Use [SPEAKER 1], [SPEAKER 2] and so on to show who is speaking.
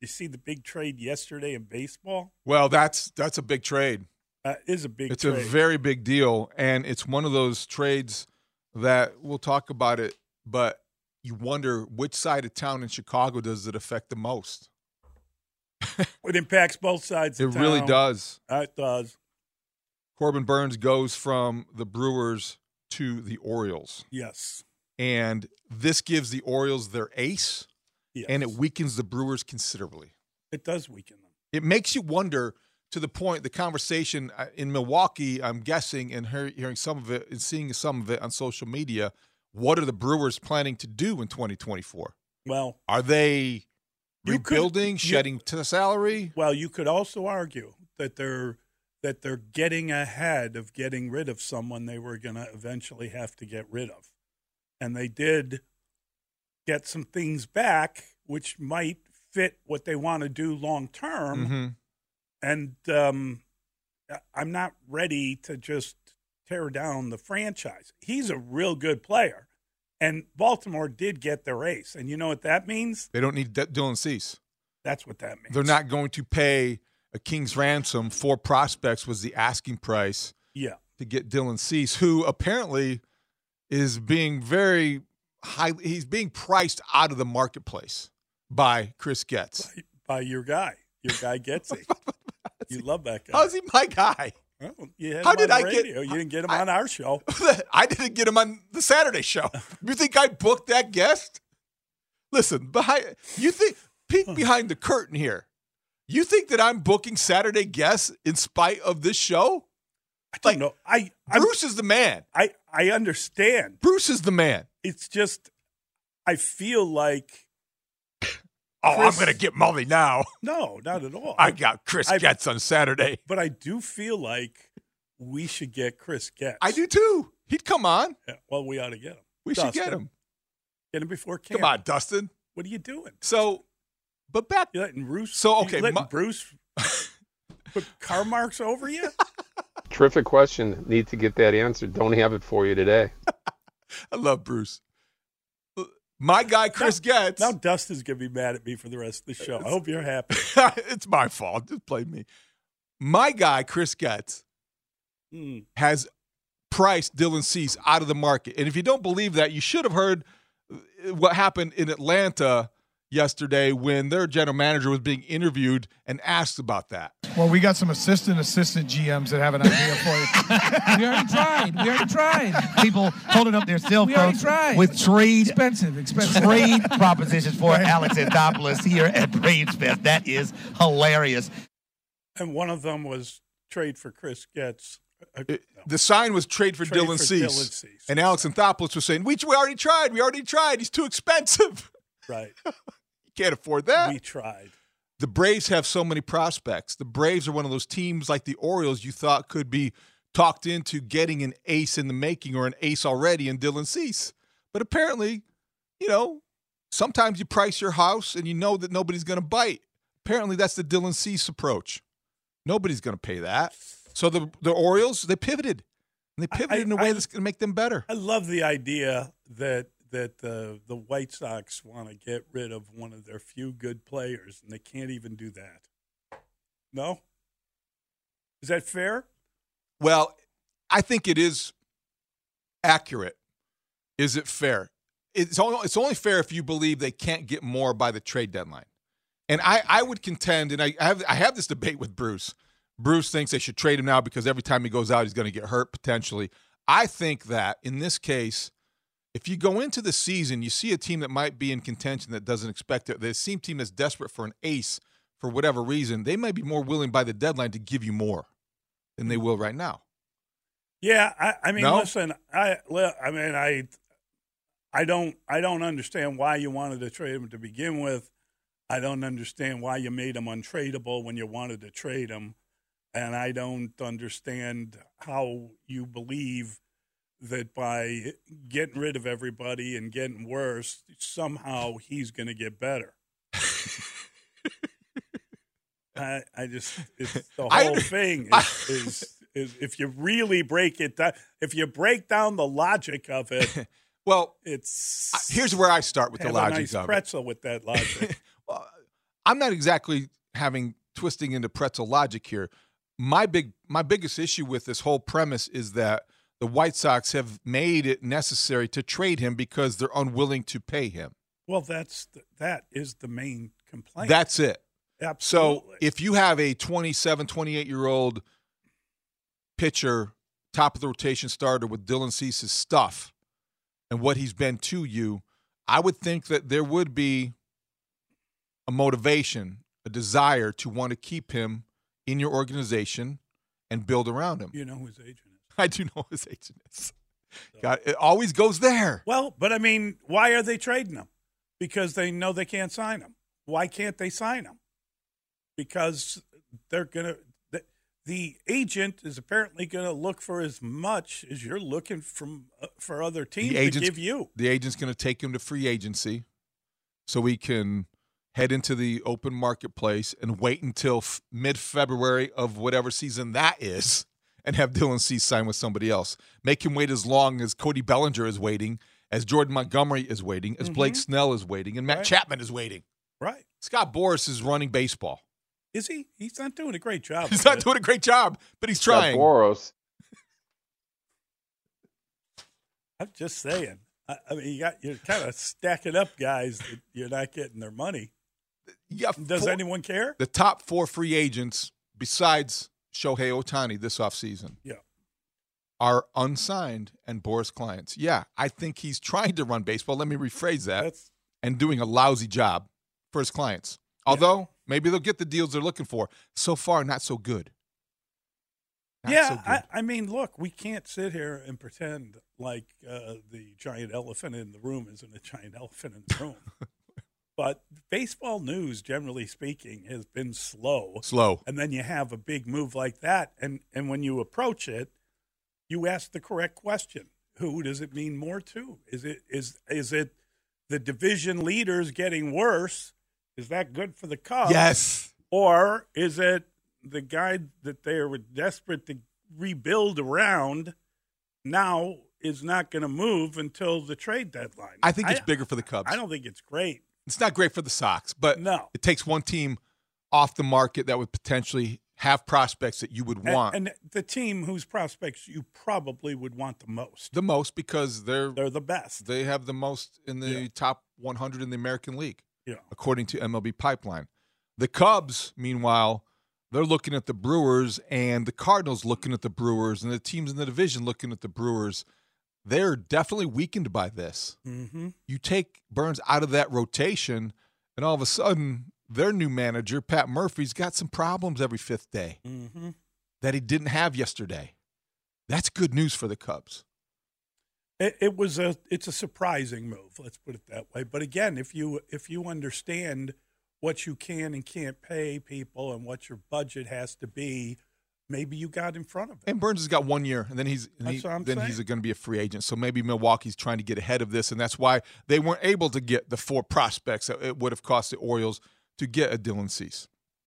[SPEAKER 1] You see the big trade yesterday in baseball?
[SPEAKER 2] Well, that's that's a big trade.
[SPEAKER 1] That is a big
[SPEAKER 2] it's
[SPEAKER 1] trade.
[SPEAKER 2] a very big deal, and it's one of those trades that we'll talk about it, but you wonder which side of town in Chicago does it affect the most.
[SPEAKER 1] it impacts both sides.
[SPEAKER 2] It
[SPEAKER 1] of
[SPEAKER 2] really
[SPEAKER 1] town.
[SPEAKER 2] does.
[SPEAKER 1] Uh, It does.
[SPEAKER 2] Corbin Burns goes from the Brewers to the Orioles,
[SPEAKER 1] Yes.
[SPEAKER 2] and this gives the Orioles their ace,
[SPEAKER 1] yes.
[SPEAKER 2] and it weakens the Brewers considerably.
[SPEAKER 1] it does weaken them.
[SPEAKER 2] It makes you wonder to the point the conversation uh, in Milwaukee, I'm guessing, and hear, hearing some of it and seeing some of it on social media. What are the Brewers planning to do in 2024?
[SPEAKER 1] Well,
[SPEAKER 2] Are they
[SPEAKER 1] You could-
[SPEAKER 2] rebuilding,
[SPEAKER 1] you-
[SPEAKER 2] shedding to salary?
[SPEAKER 1] well, you could also argue that they're that they're getting ahead of getting rid of someone they were going to eventually have to get rid of, and they did get some things back which might fit what they want to do long term.
[SPEAKER 2] Mhm.
[SPEAKER 1] and um, I- I'm not ready to just tear down the franchise. He's a real good player, and Baltimore did get their ace. And you know what that means?
[SPEAKER 2] They don't need D- Dylan Cease.
[SPEAKER 1] That's what that means.
[SPEAKER 2] They're not going to pay a king's ransom. Four prospects was the asking price
[SPEAKER 1] Yeah,
[SPEAKER 2] to get Dylan Cease, who apparently is being very high. He's being priced out of the marketplace by Chris Getz.
[SPEAKER 1] by your guy. Your guy gets it. you love that guy.
[SPEAKER 2] How's Oh, he my guy?
[SPEAKER 1] Well, you had
[SPEAKER 2] how
[SPEAKER 1] him
[SPEAKER 2] did
[SPEAKER 1] on the
[SPEAKER 2] I get-
[SPEAKER 1] radio. You didn't get him
[SPEAKER 2] I-
[SPEAKER 1] on our show.
[SPEAKER 2] I didn't get him on the Saturday show. You think I booked that guest? Listen, behind you think peek behind the curtain here. You think that I'm booking Saturday guests in spite of this show?
[SPEAKER 1] I don't
[SPEAKER 2] Like,
[SPEAKER 1] know. I I'm,
[SPEAKER 2] Bruce is the man.
[SPEAKER 1] I I understand.
[SPEAKER 2] Bruce is the man.
[SPEAKER 1] It's just I feel like
[SPEAKER 2] Oh,
[SPEAKER 1] Chris-
[SPEAKER 2] I'm going to get Molly now.
[SPEAKER 1] no, not at all.
[SPEAKER 2] I got Chris
[SPEAKER 1] I-
[SPEAKER 2] Getz on Saturday.
[SPEAKER 1] but I do feel like we should get Chris Getz.
[SPEAKER 2] I do too. He'd come on.
[SPEAKER 1] Yeah, well, we ought to get him.
[SPEAKER 2] We should get
[SPEAKER 1] Dustin.
[SPEAKER 2] him.
[SPEAKER 1] Get him before camp.
[SPEAKER 2] Come on, Dustin.
[SPEAKER 1] What are you doing?
[SPEAKER 2] So, but back.
[SPEAKER 1] You letting Bruce?
[SPEAKER 2] So,
[SPEAKER 1] you
[SPEAKER 2] okay,
[SPEAKER 1] letting
[SPEAKER 2] my-
[SPEAKER 1] Bruce put car marks over you?
[SPEAKER 3] Terrific question. Need to get that answered. Don't have it for you today.
[SPEAKER 2] I love Bruce. Uh, My guy, Chris Getz.
[SPEAKER 1] now Dustin's gonna be mad at me for the rest of the show. I hope you're happy.
[SPEAKER 2] it's my fault. Just blame me. My guy, Chris Getz,
[SPEAKER 1] Hmm.
[SPEAKER 2] has priced Dylan Cease out of the market. And if you don't believe that, you should have heard uh, what happened in Atlanta yesterday when their general manager was being interviewed and asked about that.
[SPEAKER 4] Well, we got some assistant assistant GMs that have an idea for you.
[SPEAKER 5] We already tried. We already tried.
[SPEAKER 4] People holding up their cell
[SPEAKER 5] We already
[SPEAKER 4] phones
[SPEAKER 5] tried.
[SPEAKER 4] with trade
[SPEAKER 5] Expensive, expensive.
[SPEAKER 4] trade propositions for Alex Anthopoulos here at Braves Fest. That is hilarious.
[SPEAKER 1] And one of them was trade for Chris Getz. Uh,
[SPEAKER 2] It- the sign was trade for,
[SPEAKER 1] Trade
[SPEAKER 2] Dylan,
[SPEAKER 1] for
[SPEAKER 2] Cease.
[SPEAKER 1] Dylan Cease.
[SPEAKER 2] And Alex Anthopoulos was saying, we, we already tried. We already tried. He's too expensive.
[SPEAKER 1] right.
[SPEAKER 2] you can't afford that.
[SPEAKER 1] We tried.
[SPEAKER 2] the Braves have so many prospects. The Braves are one of those teams like the Orioles you thought could be talked into getting an ace in the making or an ace already in Dylan Cease. But apparently, you know, sometimes you price your house and you know that nobody's going to bite. Apparently, that's the Dylan Cease approach. Nobody's going to pay that. So the the Orioles they pivoted, and they
[SPEAKER 1] I-
[SPEAKER 2] pivoted in a
[SPEAKER 1] I-
[SPEAKER 2] way
[SPEAKER 1] I-
[SPEAKER 2] that's going to make them better.
[SPEAKER 1] I love the idea that that the the White Sox want to get rid of one of their few good players, and they can't even do that. No. Is that fair?
[SPEAKER 2] Well, I think it is accurate. Is it fair? It's only, it's only fair if you believe they can't get more by the trade deadline. And I, I would contend, and I, I have I have this debate with Bruce. Bruce thinks they should trade him now because every time he goes out, he's going to get hurt potentially. I think that in this case, if you go into the season, you see a team that might be in contention that doesn't expect it. The same team that's desperate for an ace for whatever reason, they may be more willing by the deadline to give you more than they will right now.
[SPEAKER 1] Yeah, I, I mean,
[SPEAKER 2] No?
[SPEAKER 1] listen, I, li- I mean, I, I don't, I don't understand why you wanted to trade him to begin with. I don't understand why you made him untradeable when you wanted to trade him, and I don't understand how you believe that by getting rid of everybody and getting worse, somehow he's going to get better. I, I just it's the
[SPEAKER 2] I
[SPEAKER 1] whole
[SPEAKER 2] under-
[SPEAKER 1] thing
[SPEAKER 2] I-
[SPEAKER 1] is, is is if you really break it down, if you break down the logic of it,
[SPEAKER 2] Well,
[SPEAKER 1] it's
[SPEAKER 2] I- here's where I start with the
[SPEAKER 1] have
[SPEAKER 2] logic
[SPEAKER 1] a nice
[SPEAKER 2] of it.
[SPEAKER 1] pretzel with that logic.
[SPEAKER 2] Well, I'm not exactly having twisting into pretzel logic here. My big my biggest issue with this whole premise is that the White Sox have made it necessary to trade him because they're unwilling to pay him.
[SPEAKER 1] Well, that's the, that is the main complaint.
[SPEAKER 2] That's it. So
[SPEAKER 1] absolutely.
[SPEAKER 2] if you have a 27, 28 year old pitcher, top of the rotation starter with Dylan Cease's stuff and what he's been to you, I would think that there would be a motivation, a desire to want to keep him in your organization and build around him.
[SPEAKER 1] you know who his agent is.
[SPEAKER 2] I do know his agent is. God, it always goes there.
[SPEAKER 1] Well, but I mean, why are they trading him? Because they know they can't sign him. Why can't they sign him? Because they're gonna. The, the agent is apparently gonna look for as much as you're looking from uh, for other teams to
[SPEAKER 2] agent's-
[SPEAKER 1] give you.
[SPEAKER 2] the agent's going to take him to free agency so he can head into the open marketplace and wait until f- mid-february of whatever season that is and have dylan cease sign with somebody else make him wait as long as cody bellinger is waiting as jordan montgomery is waiting as blake snell is waiting and matt
[SPEAKER 1] Mm-hmm. Right.
[SPEAKER 2] chapman is waiting
[SPEAKER 1] Right?
[SPEAKER 2] scott boris is running baseball
[SPEAKER 1] Is he? He's not doing a great job.
[SPEAKER 2] he's
[SPEAKER 1] of
[SPEAKER 2] not
[SPEAKER 1] it.
[SPEAKER 2] doing a great job but he's
[SPEAKER 3] Got
[SPEAKER 2] trying
[SPEAKER 3] Boros.
[SPEAKER 1] I'm just saying. I, I mean, you got you're kind of stacking up guys that you're not getting their money.
[SPEAKER 2] yeah
[SPEAKER 1] Does
[SPEAKER 2] four-
[SPEAKER 1] anyone care?
[SPEAKER 2] the top four free agents besides Shohei Otani this offseason
[SPEAKER 1] Yeah.
[SPEAKER 2] are unsigned and Boris clients. Yeah, I think he's trying to run baseball. Let me rephrase that
[SPEAKER 1] That's
[SPEAKER 2] and doing a lousy job for his clients. Although maybe they'll get the deals they're looking for. So far, not so good. Not
[SPEAKER 1] yeah,
[SPEAKER 2] so good.
[SPEAKER 1] I, I mean, look, we can't sit here and pretend like uh, the giant elephant in the room isn't a giant elephant in the room. but baseball news, generally speaking, has been slow.
[SPEAKER 2] slow.
[SPEAKER 1] And then you have a big move like that, and and when you approach it, you ask the correct question: Who does it mean more to? Is it is is it the division leaders getting worse? Is that good for the Cubs?
[SPEAKER 2] Yes.
[SPEAKER 1] Or is it the guy that they were desperate to rebuild around now is not going to move until the trade deadline?
[SPEAKER 2] I think it's bigger for the Cubs.
[SPEAKER 1] I don't think it's great.
[SPEAKER 2] it's not great for the Sox, but
[SPEAKER 1] No.
[SPEAKER 2] it takes one team off the market that would potentially have prospects that you would
[SPEAKER 1] And-
[SPEAKER 2] want
[SPEAKER 1] And, the team whose prospects you probably would want the most.
[SPEAKER 2] the most because they're
[SPEAKER 1] They're the best.
[SPEAKER 2] They have the most in the
[SPEAKER 1] Yeah.
[SPEAKER 2] top 100 in the American League,
[SPEAKER 1] Yeah.
[SPEAKER 2] according to MLB Pipeline. The Cubs, meanwhile, they're looking at the Brewers, and the Cardinals looking at the Brewers, and the teams in the division looking at the Brewers. They're definitely weakened by this.
[SPEAKER 1] Mm-hmm.
[SPEAKER 2] You take Burns out of that rotation, and all of a sudden, their new manager, Pat Murphy's got some problems every fifth day
[SPEAKER 1] Mm-hmm.
[SPEAKER 2] that he didn't have yesterday. That's good news for the Cubs.
[SPEAKER 1] It, it was a it's a surprising move. Let's put it that way. But again, if you if you understand what you can and can't pay people and what your budget has to be, maybe you got in front of it.
[SPEAKER 2] And Burns has got one year, and then he's and
[SPEAKER 1] That's
[SPEAKER 2] he-
[SPEAKER 1] what I'm
[SPEAKER 2] then
[SPEAKER 1] saying.
[SPEAKER 2] he's going to be a free agent. So maybe Milwaukee's trying to get ahead of this, and that's why they weren't able to get the four prospects that it would have cost the Orioles to get a Dylan Cease.